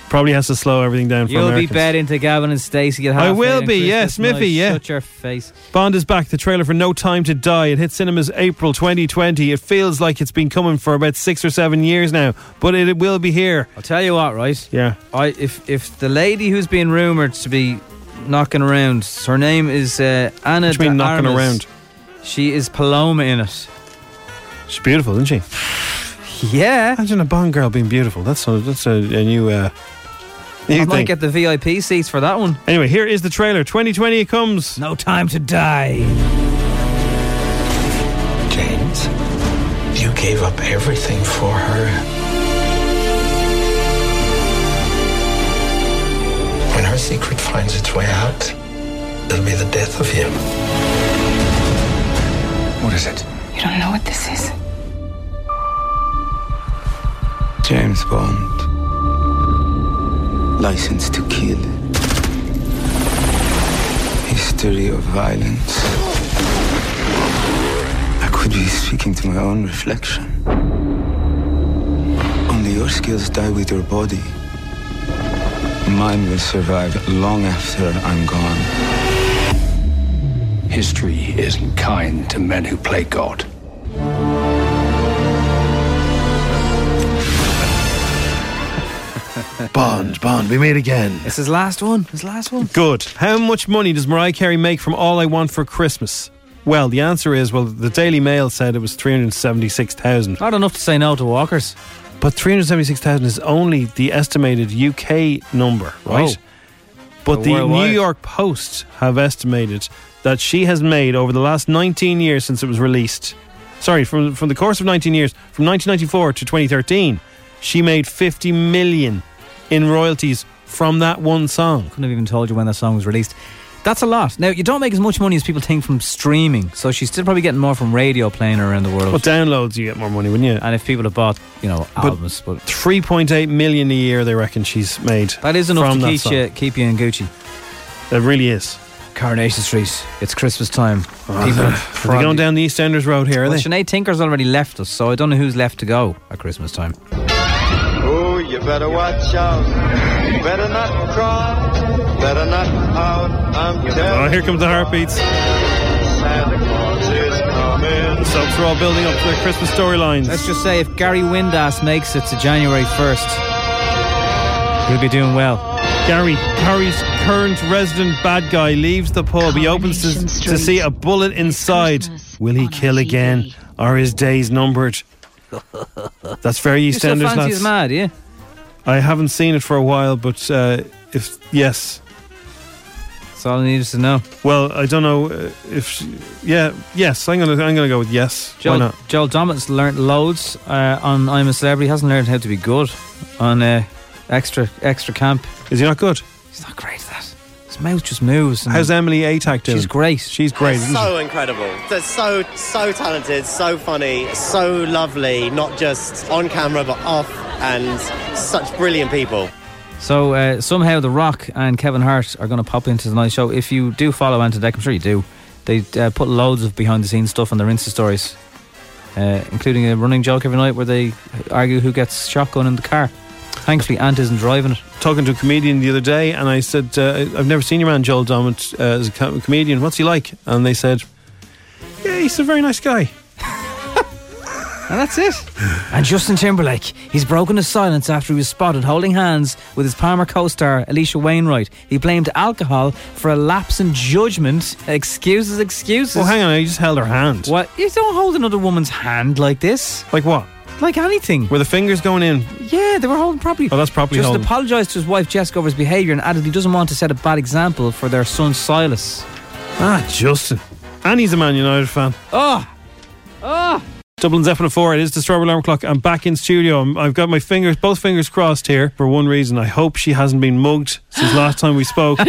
Speaker 2: Probably has to slow everything down for
Speaker 3: You'll
Speaker 2: Americans.
Speaker 3: be betting to Gavin and Stacey at half.
Speaker 2: I will be, yes, Miffy, yeah.
Speaker 3: Shut your face.
Speaker 2: Bond is back. The trailer for No Time to Die. It hit cinemas April 2020. It feels like it's been coming for about six or seven years now, but it, it will be here.
Speaker 3: I'll tell you what, right?
Speaker 2: Yeah.
Speaker 3: I if if the lady who's being rumored to be knocking around, her name is uh, Anna.
Speaker 2: What do you mean
Speaker 3: de
Speaker 2: knocking around?
Speaker 3: Armas. She is Paloma in it.
Speaker 2: She's beautiful, isn't she?
Speaker 3: Yeah.
Speaker 2: Imagine a Bond girl being beautiful. That's a, that's a, a new. Uh, new
Speaker 3: I
Speaker 2: thing.
Speaker 3: might get the VIP seats for that one.
Speaker 2: Anyway, here is the trailer. 2020 it comes.
Speaker 3: No time to die.
Speaker 14: James, you gave up everything for her. When her secret finds its way out, it'll be the death of him. What is it?
Speaker 12: You don't know what this is.
Speaker 14: James Bond. License to kill. History of violence. I could be speaking to my own reflection. Only your skills die with your body. Mine will survive long after I'm gone.
Speaker 15: History isn't kind to men who play God.
Speaker 2: Bond, Bond, we meet again.
Speaker 3: It's his last one. His last one.
Speaker 2: Good. How much money does Mariah Carey make from All I Want for Christmas? Well, the answer is well, the Daily Mail said it was 376,000.
Speaker 3: Not enough to say no to Walkers.
Speaker 2: But 376,000 is only the estimated UK number, right?
Speaker 3: Oh.
Speaker 2: But
Speaker 3: Oh,
Speaker 2: the
Speaker 3: worldwide.
Speaker 2: New York Post have estimated that she has made over the last 19 years since it was released. Sorry, from, from the course of 19 years, from 1994 to 2013, she made 50 million in royalties from that one song.
Speaker 3: Couldn't have even told you when that song was released. That's a lot. Now, you don't make as much money as people think from streaming, so she's still probably getting more from radio playing around the world.
Speaker 2: Well, downloads, you get more money, wouldn't you?
Speaker 3: And if people have bought, you know, albums. But,
Speaker 2: 3.8 million a year, they reckon she's made.
Speaker 3: that is enough
Speaker 2: from
Speaker 3: to
Speaker 2: that
Speaker 3: keep
Speaker 2: song.
Speaker 3: you, keep you in Gucci.
Speaker 2: It really is.
Speaker 3: Coronation Street. It's Christmas time. People
Speaker 2: Oh, Are they going down the EastEnders road here, are
Speaker 3: well,
Speaker 2: they?
Speaker 3: Sinead Tinker's already left us, so I don't know who's left to go at Christmas time.
Speaker 16: Oh, you better watch out. Better not cry. Better not out. I'm
Speaker 2: Oh,
Speaker 16: telling
Speaker 2: here comes the heartbeats.
Speaker 16: Santa Claus is coming.
Speaker 2: The soaps are all building up to their Christmas storylines.
Speaker 3: Let's just say if Gary Windass makes it to January 1st, he'll be doing well.
Speaker 2: Oh. Gary, Gary's current resident bad guy, leaves the pub. He opens to, to see a bullet inside. Will he kill again? Are his days numbered? That's very
Speaker 3: You still
Speaker 2: EastEnders,
Speaker 3: fancy
Speaker 2: lads.
Speaker 3: he's mad, yeah?
Speaker 2: I haven't seen it for a while, but uh, if yes,
Speaker 3: that's all I needed to know.
Speaker 2: Well, I don't know uh, if yeah, yes. I'm gonna I'm gonna go with yes.
Speaker 3: Joel,
Speaker 2: Why not?
Speaker 3: Joel Domit's learnt loads uh, on I'm a Celebrity. He hasn't learned how to be good on uh, extra extra camp.
Speaker 2: Is he not good?
Speaker 3: He's not great at that. His mouth just moves. and-
Speaker 2: How's Emily Atack doing?
Speaker 3: She's great.
Speaker 2: She's great. isn't she?
Speaker 17: So incredible. They're so, so talented, so funny, so lovely, not just on camera but off, and such brilliant people.
Speaker 3: So uh, somehow The Rock and Kevin Hart are going to pop into tonight's show. If you do follow Antideck, I'm sure you do. They uh, put loads of behind the scenes stuff on their Insta stories, uh, including a running joke every night where they argue who gets shotgun in the car. Thankfully, Ant isn't driving it.
Speaker 2: Talking to a comedian the other day, and I said, uh, "I've never seen your man Joel Dommett uh, as a com- comedian. What's he like?" And they said, "Yeah, he's a very nice guy."
Speaker 3: And that's it. and Justin Timberlake, he's broken his silence after he was spotted holding hands with his Palmer co star, Alicia Wainwright. He blamed alcohol for a lapse in judgment. Excuses, excuses.
Speaker 2: Well, hang on, I just held her hand.
Speaker 3: What? You don't hold another woman's hand like this.
Speaker 2: Like what?
Speaker 3: Like anything.
Speaker 2: Were the fingers going in?
Speaker 3: Yeah, they were holding properly.
Speaker 2: Oh, that's properly
Speaker 3: Justin
Speaker 2: holding.
Speaker 3: apologised to his wife Jessica over his behaviour and added he doesn't want to set a bad example for their son Silas.
Speaker 2: Ah, Justin. And he's a Man United fan.
Speaker 3: Oh, oh.
Speaker 2: Dublin's F104, it is the Strawberry Alarm Clock. I'm back in studio. I'm, I've got my fingers, both fingers crossed here for one reason. I hope she hasn't been mugged since last time we spoke.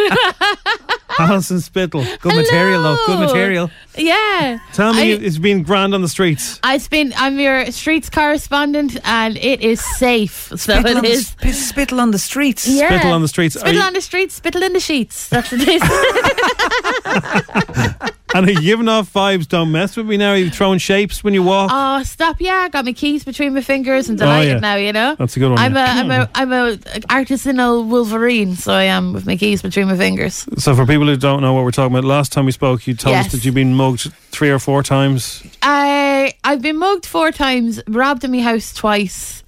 Speaker 2: Alison Spittle. Good
Speaker 18: material, though. Good Hello. material. Oh, Yeah.
Speaker 2: Tell me
Speaker 18: I-
Speaker 2: it's been grand on the streets.
Speaker 18: I've been. I'm your streets correspondent, and it is safe. So
Speaker 3: Spittle on
Speaker 18: it
Speaker 3: the
Speaker 18: is
Speaker 3: spittle on the streets.
Speaker 18: Yeah.
Speaker 2: Spittle on the streets. Are
Speaker 18: Spittle
Speaker 2: you-
Speaker 18: on the streets. Spittle in the sheets. That's what it is.
Speaker 2: And are you giving off vibes? Don't mess with me now. Are you throwing shapes when you walk?
Speaker 18: oh, stop! Yeah, I got my keys between my fingers. I'm
Speaker 2: Oh,
Speaker 18: delighted
Speaker 2: yeah.
Speaker 18: now. You know.
Speaker 2: That's a good one,
Speaker 18: I'm
Speaker 2: yeah.
Speaker 18: a. I'm a. I'm a artisanal Wolverine. So I am with my keys between my fingers.
Speaker 2: So, for people who don't know what we're talking about, last time we spoke, you told us
Speaker 18: Yes.
Speaker 2: that you've been mugged three or four times.
Speaker 18: I I've been mugged four times, robbed in my house twice,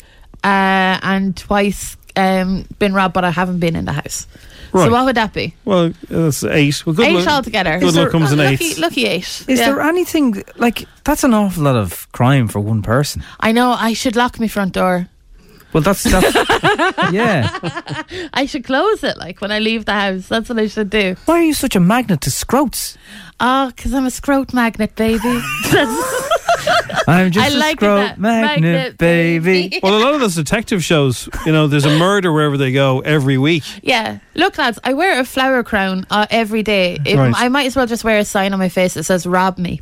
Speaker 18: uh, and twice um, been robbed, but I haven't been in the house.
Speaker 2: Right.
Speaker 18: So what would that be?
Speaker 2: Well, that's eight. Well, good
Speaker 18: eight
Speaker 2: luck.
Speaker 18: altogether.
Speaker 2: Good luck comes in eight.
Speaker 18: Lucky, lucky eight.
Speaker 3: Is
Speaker 18: Yeah.
Speaker 3: there anything like that's an awful lot of crime for one person?
Speaker 18: I know. I should lock my front door.
Speaker 3: Well, that's that's yeah.
Speaker 18: I should close it like when I leave the house. That's what I should do.
Speaker 3: Why are you such a magnet to scroats?
Speaker 18: Oh, because I'm a scrote magnet, baby. That's-
Speaker 3: I'm just
Speaker 18: I
Speaker 3: a
Speaker 18: like
Speaker 3: scroat
Speaker 18: that.
Speaker 3: magnet,
Speaker 18: Magnet,
Speaker 3: baby.
Speaker 2: Well, a lot of those detective shows, you know, there's a murder wherever they go every week.
Speaker 18: yeah. Look, lads, I wear a flower crown uh, every day. It-
Speaker 2: Right.
Speaker 18: I might as well just wear a sign on my face that says, rob me,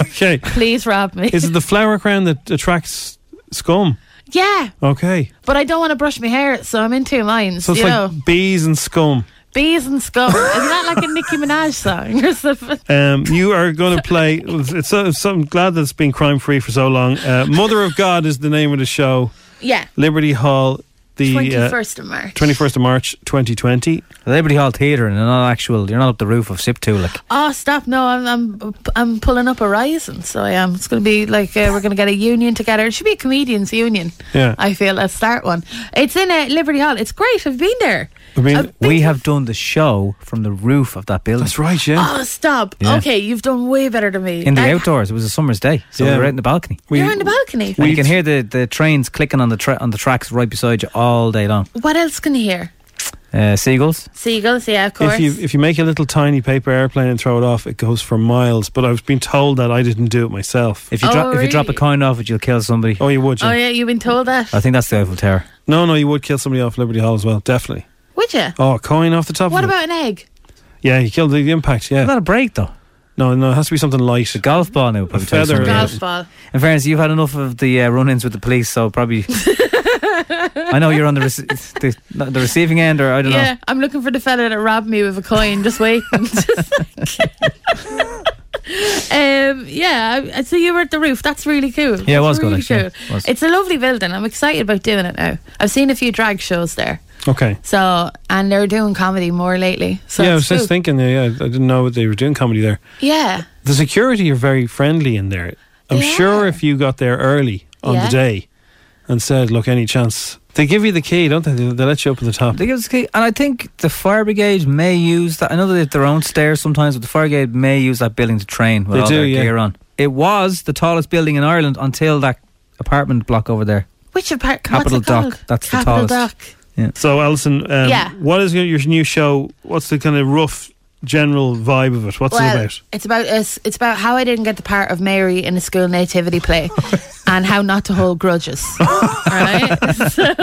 Speaker 2: Okay.
Speaker 18: please rob me.
Speaker 2: Is it the flower crown that attracts scum?
Speaker 18: yeah.
Speaker 2: Okay.
Speaker 18: But I don't want to brush my hair, so I'm in two minds.
Speaker 2: So it's
Speaker 18: you know,
Speaker 2: like bees and scum.
Speaker 18: bees and scum. Isn't that like a Nicki Minaj song or something?
Speaker 2: Um, you are going to play. It's, it's, I'm glad that it's been crime free for so long. Uh, Mother of God is the name of the show.
Speaker 18: Yeah.
Speaker 2: Liberty Hall, the uh,
Speaker 18: 21st of March.
Speaker 2: 21st of March, 2020.
Speaker 3: Liberty Hall Theatre, and you're not actual. You're not up the roof of Sip Two, like
Speaker 18: Oh, stop! No, I'm I'm I'm pulling up Horizon, so I am. It's going to be like uh, we're going to get a union together. It should be a comedians union.
Speaker 3: Yeah.
Speaker 18: I feel let's start one. It's in uh, Liberty Hall. It's great. I've been there.
Speaker 3: I mean,
Speaker 18: I've been
Speaker 3: we
Speaker 18: to-
Speaker 3: have done the show from the roof of that building. That's
Speaker 2: right,
Speaker 18: Oh, stop!
Speaker 3: Yeah.
Speaker 18: Okay, you've done way better than me.
Speaker 3: In the
Speaker 18: Uh,
Speaker 3: outdoors, it was a summer's day, so
Speaker 2: Yeah.
Speaker 3: we were out in the balcony.
Speaker 18: you're on the balcony.
Speaker 3: And you can hear the, the trains clicking on the tra- on the tracks right beside you all day long.
Speaker 18: What else can you hear?
Speaker 3: Uh, seagulls.
Speaker 18: Seagulls, yeah, of course.
Speaker 2: If you if you make a little tiny paper airplane and throw it off, it goes for miles. But I've been told that I didn't do it myself.
Speaker 3: If you drop if you drop a coin off it, you'll kill somebody.
Speaker 2: Oh, you would. You?
Speaker 18: oh yeah, you've been told that.
Speaker 3: I think that's the Eiffel Tower.
Speaker 2: No, no, you would kill somebody off Liberty Hall as well. Definitely.
Speaker 18: Would you?
Speaker 2: Oh, a coin off the top.
Speaker 18: What
Speaker 2: of
Speaker 18: about
Speaker 2: It.
Speaker 18: an egg?
Speaker 2: Yeah, you killed the, the impact. Yeah.
Speaker 3: Not a break though.
Speaker 2: No, no, it has to be something light. A
Speaker 3: golf ball now. Probably tell you
Speaker 2: feather.
Speaker 3: something
Speaker 2: Yeah.
Speaker 3: else.
Speaker 18: Golf ball.
Speaker 3: In fairness, you've had enough of the uh, run-ins with the police, so probably. I know you're on the, rece- the not the receiving end, or I don't
Speaker 18: Yeah, I'm looking for the fella that robbed me with a coin. Just wait. um, yeah, I- so you were at the roof. That's really cool.
Speaker 3: Yeah, it was
Speaker 18: That's
Speaker 3: good,
Speaker 18: really
Speaker 3: actually.
Speaker 18: Cool.
Speaker 3: Was.
Speaker 18: It's a lovely building. I'm excited about doing it now. I've seen a few drag shows there.
Speaker 2: Okay.
Speaker 18: So, and they're doing comedy more lately. So
Speaker 2: yeah, I was
Speaker 18: it's
Speaker 2: just
Speaker 18: cool.
Speaker 2: thinking. Yeah, I didn't know what they were doing comedy there.
Speaker 18: Yeah.
Speaker 2: The security are very friendly in there. I'm sure if you got there early on
Speaker 18: Yeah.
Speaker 2: the day and said, "Look, any chance," they give you the key, don't they? They, they let you up at the top.
Speaker 3: know. And I think the fire brigade may use that. I know they have their own stairs sometimes, but the fire brigade may use that building to train with
Speaker 2: They
Speaker 3: all
Speaker 2: do,
Speaker 3: their
Speaker 2: yeah.
Speaker 3: gear on. It was the tallest building in Ireland until that apartment block over there.
Speaker 18: Which apart?
Speaker 3: Capital
Speaker 18: what's it called?
Speaker 3: Dock. That's the
Speaker 18: Capital
Speaker 3: tallest.
Speaker 18: Dock.
Speaker 2: So, Alison, um,
Speaker 18: Yeah.
Speaker 2: what is your, your new show? What's the kind of rough general vibe of it? What's
Speaker 18: well,
Speaker 2: it about?
Speaker 18: It's about us. It's about how I didn't get the part of Mary in a school nativity play, and how not to hold grudges. All right, so,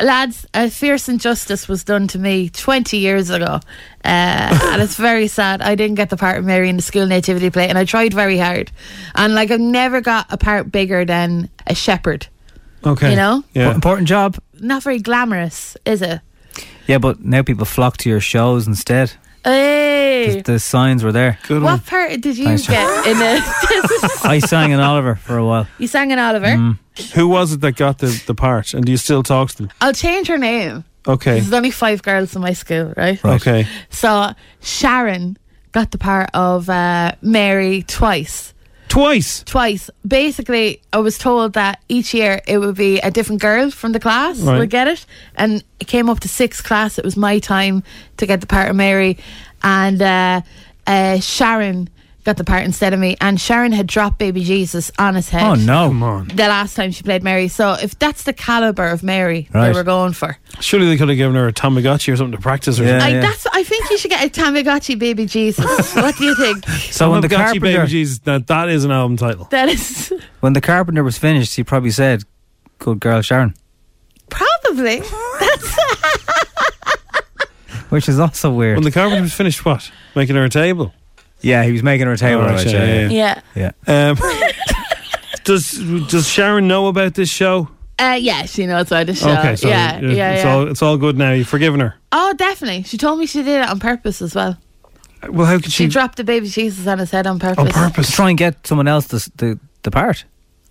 Speaker 18: lads, a fierce injustice was done to me 20 years ago, uh, and it's very sad. I didn't get the part of Mary in the school nativity play, and I tried very hard, and like I've never got a part bigger than a shepherd.
Speaker 2: Okay.
Speaker 18: You know?
Speaker 2: Yeah.
Speaker 3: Important job.
Speaker 18: Not very glamorous, is it?
Speaker 3: Yeah, but now people flock to your shows instead.
Speaker 18: Hey,
Speaker 3: The signs were there. Good
Speaker 18: what part did you
Speaker 3: Thanks, John.
Speaker 18: get in it?
Speaker 3: I sang in Oliver for a while. Mm.
Speaker 18: you sang in Oliver.
Speaker 2: Mm. Who was it that got the, the part? And do you still talk to them?
Speaker 18: I'll change her name.
Speaker 2: Okay.
Speaker 18: There's only five girls in my school, right?
Speaker 2: Okay.
Speaker 18: So Sharon got the part of uh, Mary twice.
Speaker 2: Twice?
Speaker 18: Twice. Basically, I was told that each year it would be a different girl from the class
Speaker 4: Right.
Speaker 18: would get it. And it came up to sixth class. It was my time to get the part of Mary. And uh, uh, Sharon got the part instead of me. And Sharon had dropped Baby Jesus on his head.
Speaker 3: Oh no!
Speaker 18: The last time she played Mary. So if that's the caliber of Mary
Speaker 2: Right.
Speaker 18: they were going for.
Speaker 2: Surely they could have given her a Tamagotchi or something to practice or
Speaker 18: I,
Speaker 2: something.
Speaker 18: That's. I think you should get a Tamagotchi baby Jesus. what do you think?
Speaker 3: So when the
Speaker 2: Tamagotchi
Speaker 3: carpenter-
Speaker 2: Baby Jesus, that, that is an album title.
Speaker 18: That is
Speaker 3: When the carpenter was finished, he probably said, "Good girl, Sharon,"
Speaker 18: probably.
Speaker 3: which is also weird.
Speaker 2: When the carpenter was finished, what? Making her a table?
Speaker 3: Yeah, he was making her a table. right, yeah, yeah. Yeah.
Speaker 2: Um, does, does Sharon know about this show?
Speaker 18: Uh, yeah, she knows about the show.
Speaker 2: Okay, so
Speaker 18: yeah,
Speaker 2: you're-
Speaker 18: yeah, yeah.
Speaker 2: It's, all, it's all good now. You've forgiven her.
Speaker 18: oh, definitely. She told me she did it on purpose as well.
Speaker 2: Well, how could
Speaker 18: She, dropped the baby Jesus on his head on purpose.
Speaker 3: To try and get someone else the the, the part.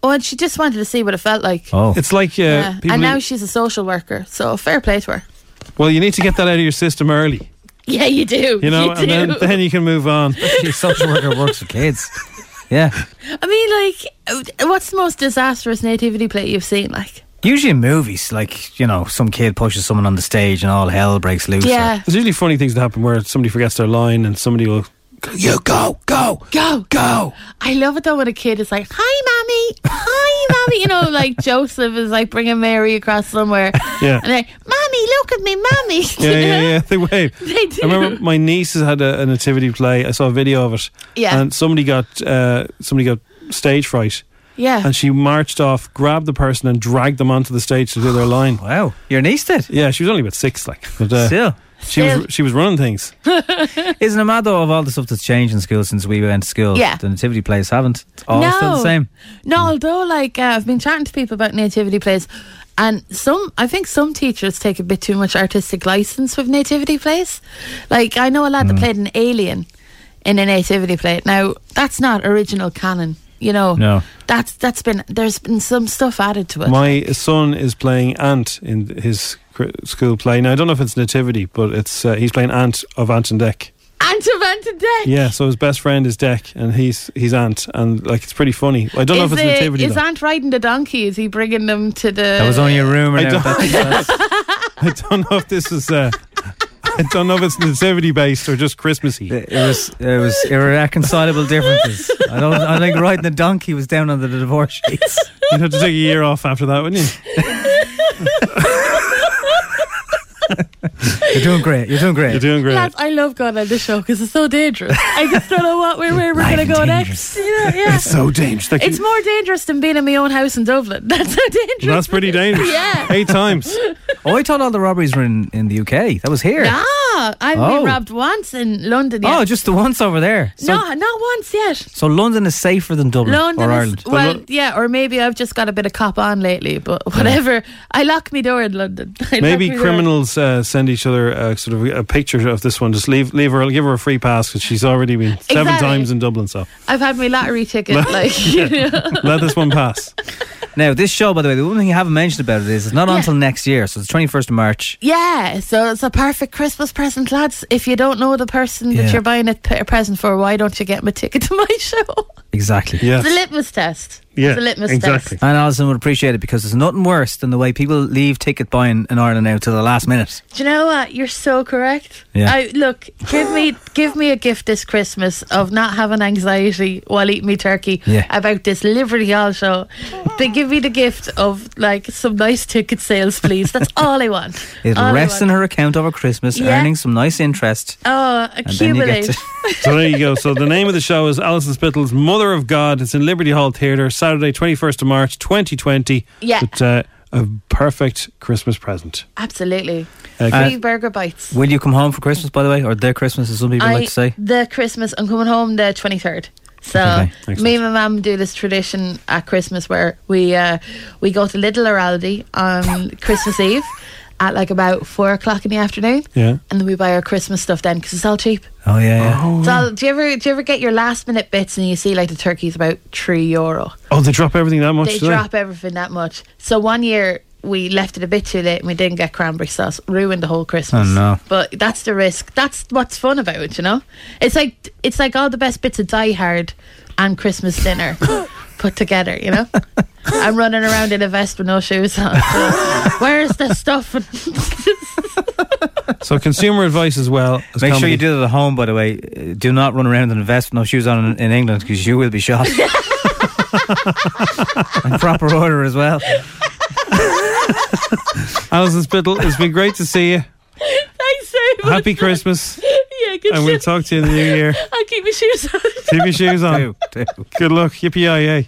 Speaker 18: Oh, and she just wanted to see what it felt like.
Speaker 3: Oh,
Speaker 2: it's like uh,
Speaker 18: Yeah.
Speaker 2: people.
Speaker 18: And
Speaker 2: who-
Speaker 18: now she's a social worker, so fair play to her.
Speaker 2: well, you need to get that out of your system early.
Speaker 18: Yeah, you do.
Speaker 2: You know,
Speaker 18: you
Speaker 2: and then,
Speaker 18: do.
Speaker 2: then you can move on.
Speaker 3: Your social worker works with kids. Yeah.
Speaker 18: I mean, like, uh, what's the most disastrous nativity play you've seen? Like,
Speaker 3: Usually in movies, like you know, some kid pushes someone on the stage and all hell breaks loose.
Speaker 18: Yeah.
Speaker 2: There's usually funny things that happen where somebody forgets their line and somebody will. You go, go.
Speaker 18: go,
Speaker 2: Go.
Speaker 18: I love it though when a kid is like, "Hi, mommy, hi, mommy," you know, like Joseph is like bringing Mary across somewhere,
Speaker 2: Yeah.
Speaker 18: and like, "Mommy, look at me, mommy."
Speaker 2: Yeah, yeah, yeah. They wave.
Speaker 18: They do.
Speaker 2: I remember my niece has had a, a nativity play. I saw a video of it.
Speaker 18: Yeah.
Speaker 2: And somebody got uh, somebody got stage fright.
Speaker 18: Yeah.
Speaker 2: And she marched off, grabbed the person, and dragged them onto the stage to do their line.
Speaker 3: Wow, your niece did?
Speaker 2: Yeah, she was only about six, like. But, uh,
Speaker 3: Still.
Speaker 2: she
Speaker 3: Still.
Speaker 2: was she was running things.
Speaker 3: Isn't it mad though of all the stuff that's changed in school since we went to school?
Speaker 18: Yeah.
Speaker 3: The nativity plays haven't. It's all still the same.
Speaker 18: No, although like uh, I've been chatting to people about nativity plays, and some I think some teachers take a bit too much artistic license with nativity plays. Like I know a
Speaker 2: Mm.
Speaker 18: lad that played an alien in a nativity play. Now that's not original canon, you know.
Speaker 2: No.
Speaker 18: That's that's been there's been some stuff added to it.
Speaker 2: My son is playing Ant in his cr- school play. Now I don't know if it's nativity, but it's uh, he's playing Ant of Ant and Deck.
Speaker 18: and to vent to death.
Speaker 2: Yeah, so his best friend is Deck, and he's he's Ant, and like it's pretty funny. I don't know if
Speaker 18: is
Speaker 2: it's
Speaker 18: the-
Speaker 2: nativity.
Speaker 18: Is
Speaker 2: though.
Speaker 18: Aunt riding the donkey? Is he bringing them to the?
Speaker 3: That was only a rumor.
Speaker 2: I
Speaker 3: now.
Speaker 2: don't-
Speaker 3: That's- that's-
Speaker 2: I don't know if this is. Uh, I don't know if it's nativity based or just Christmassy.
Speaker 3: It was it was irreconcilable differences. I don't. I think riding the donkey was down under the divorce sheets.
Speaker 2: You'd have to take a year off after that, wouldn't you?
Speaker 3: You're doing great. You're doing great.
Speaker 2: You're doing great.
Speaker 18: Lads, I love going on this show because it's so dangerous. I just don't know what we're, where we're going to go next. You know, yeah.
Speaker 2: It's so dangerous. Like
Speaker 18: It's
Speaker 2: you-
Speaker 18: more dangerous than being in my own house in Dublin. That's how dangerous.
Speaker 3: That's
Speaker 2: pretty dangerous.
Speaker 18: Yeah.
Speaker 2: Eight times.
Speaker 3: Oh, I thought all the robberies were in, in the UK. That was here.
Speaker 18: Nah, I've
Speaker 3: Oh.
Speaker 18: been robbed once in London. Yet.
Speaker 3: Oh, just the once over there. So,
Speaker 18: no, not once yet.
Speaker 3: So London is safer than Dublin
Speaker 18: London
Speaker 3: or
Speaker 18: is-
Speaker 3: Ireland.
Speaker 18: well, yeah, or maybe I've just got a bit of cop on lately, but whatever. I lock my door in London. I lock
Speaker 2: Maybe
Speaker 18: me door.
Speaker 2: criminals uh, send each other uh, sort of a picture of this one. Just leave, leave her, give her a free pass because she's already been seven
Speaker 18: Exactly.
Speaker 2: times in Dublin. So
Speaker 18: I've had my lottery ticket.
Speaker 2: No.
Speaker 18: like, you know.
Speaker 2: let this one pass.
Speaker 3: Now, this show, by the way, the one thing you haven't mentioned about it is it's not until next year, so it's 21st of March.
Speaker 18: Yeah, so it's a perfect Christmas present, lads. If you don't know the person
Speaker 3: Yeah.
Speaker 18: that you're buying a, p- a present for, why don't you get me a ticket to my show?
Speaker 3: Exactly.
Speaker 18: It's a litmus test. it's a litmus test.
Speaker 3: And Alison would appreciate it because there's nothing worse than the way people leave ticket buying in Ireland now till the last minute.
Speaker 18: Do you know what? You're so correct.
Speaker 3: Yeah.
Speaker 18: I, look, give me give me a gift this Christmas of not having anxiety while eating me turkey
Speaker 3: Yeah.
Speaker 18: about this Liberty Hall show. They give me the gift of like some nice ticket sales, please. That's all I want.
Speaker 3: It'll
Speaker 18: All I
Speaker 3: rest in
Speaker 18: want.
Speaker 3: her account over Christmas,
Speaker 18: Oh, Yeah.
Speaker 3: earning some nice interest.
Speaker 18: Oh,
Speaker 3: And then you get
Speaker 18: accumulate.
Speaker 3: to-
Speaker 2: so there you go. So the name of the show is Alison Spittle's Mother of God. It's in Liberty Hall Theatre, Saturday, 21st of March, 2020.
Speaker 18: Yeah.
Speaker 2: It's uh, a perfect Christmas present.
Speaker 18: Absolutely.
Speaker 3: Okay.
Speaker 18: Free
Speaker 3: Uh,
Speaker 18: burger bites.
Speaker 3: Will you come home for Christmas, by the way, or their Christmas, as some people
Speaker 18: I,
Speaker 3: like to say?
Speaker 18: The Christmas, I'm coming home the 23rd. So
Speaker 3: Okay,
Speaker 18: me and my mum do this tradition at Christmas where we uh, we go to Little Aldi on Christmas Eve at like about four o'clock in the afternoon,
Speaker 3: Yeah.
Speaker 18: and then we buy our Christmas stuff then because it's all cheap.
Speaker 3: Oh yeah, yeah.
Speaker 18: It's all, do you ever do you ever get your last minute bits and you see like the turkey's about three euro?
Speaker 2: Oh, they drop everything that much
Speaker 18: they
Speaker 2: do
Speaker 18: drop everything that much. So one year we left it a bit too late and we didn't get cranberry sauce. Ruined the whole Christmas.
Speaker 3: Oh, no.
Speaker 18: But that's the risk. That's what's fun about it, you know? It's like it's like all the best bits of Die Hard and Christmas dinner put together, you know? I'm running around in a vest with no shoes on. Where's the stuff?
Speaker 2: So consumer advice as well. as
Speaker 3: Make sure
Speaker 2: comedy.
Speaker 3: you do that at home, by the way. Uh, Do not run around in a vest with no shoes on in, in England because you will be shot. In proper order as well.
Speaker 2: Alison Spittle, it's been great to see you.
Speaker 18: Thanks very much.
Speaker 2: Happy Christmas.
Speaker 18: Yeah, good
Speaker 2: And we'll
Speaker 18: shit.
Speaker 2: talk to you in the new year.
Speaker 18: I'll keep my shoes on.
Speaker 2: Keep your shoes on. Good luck. Yippee yay.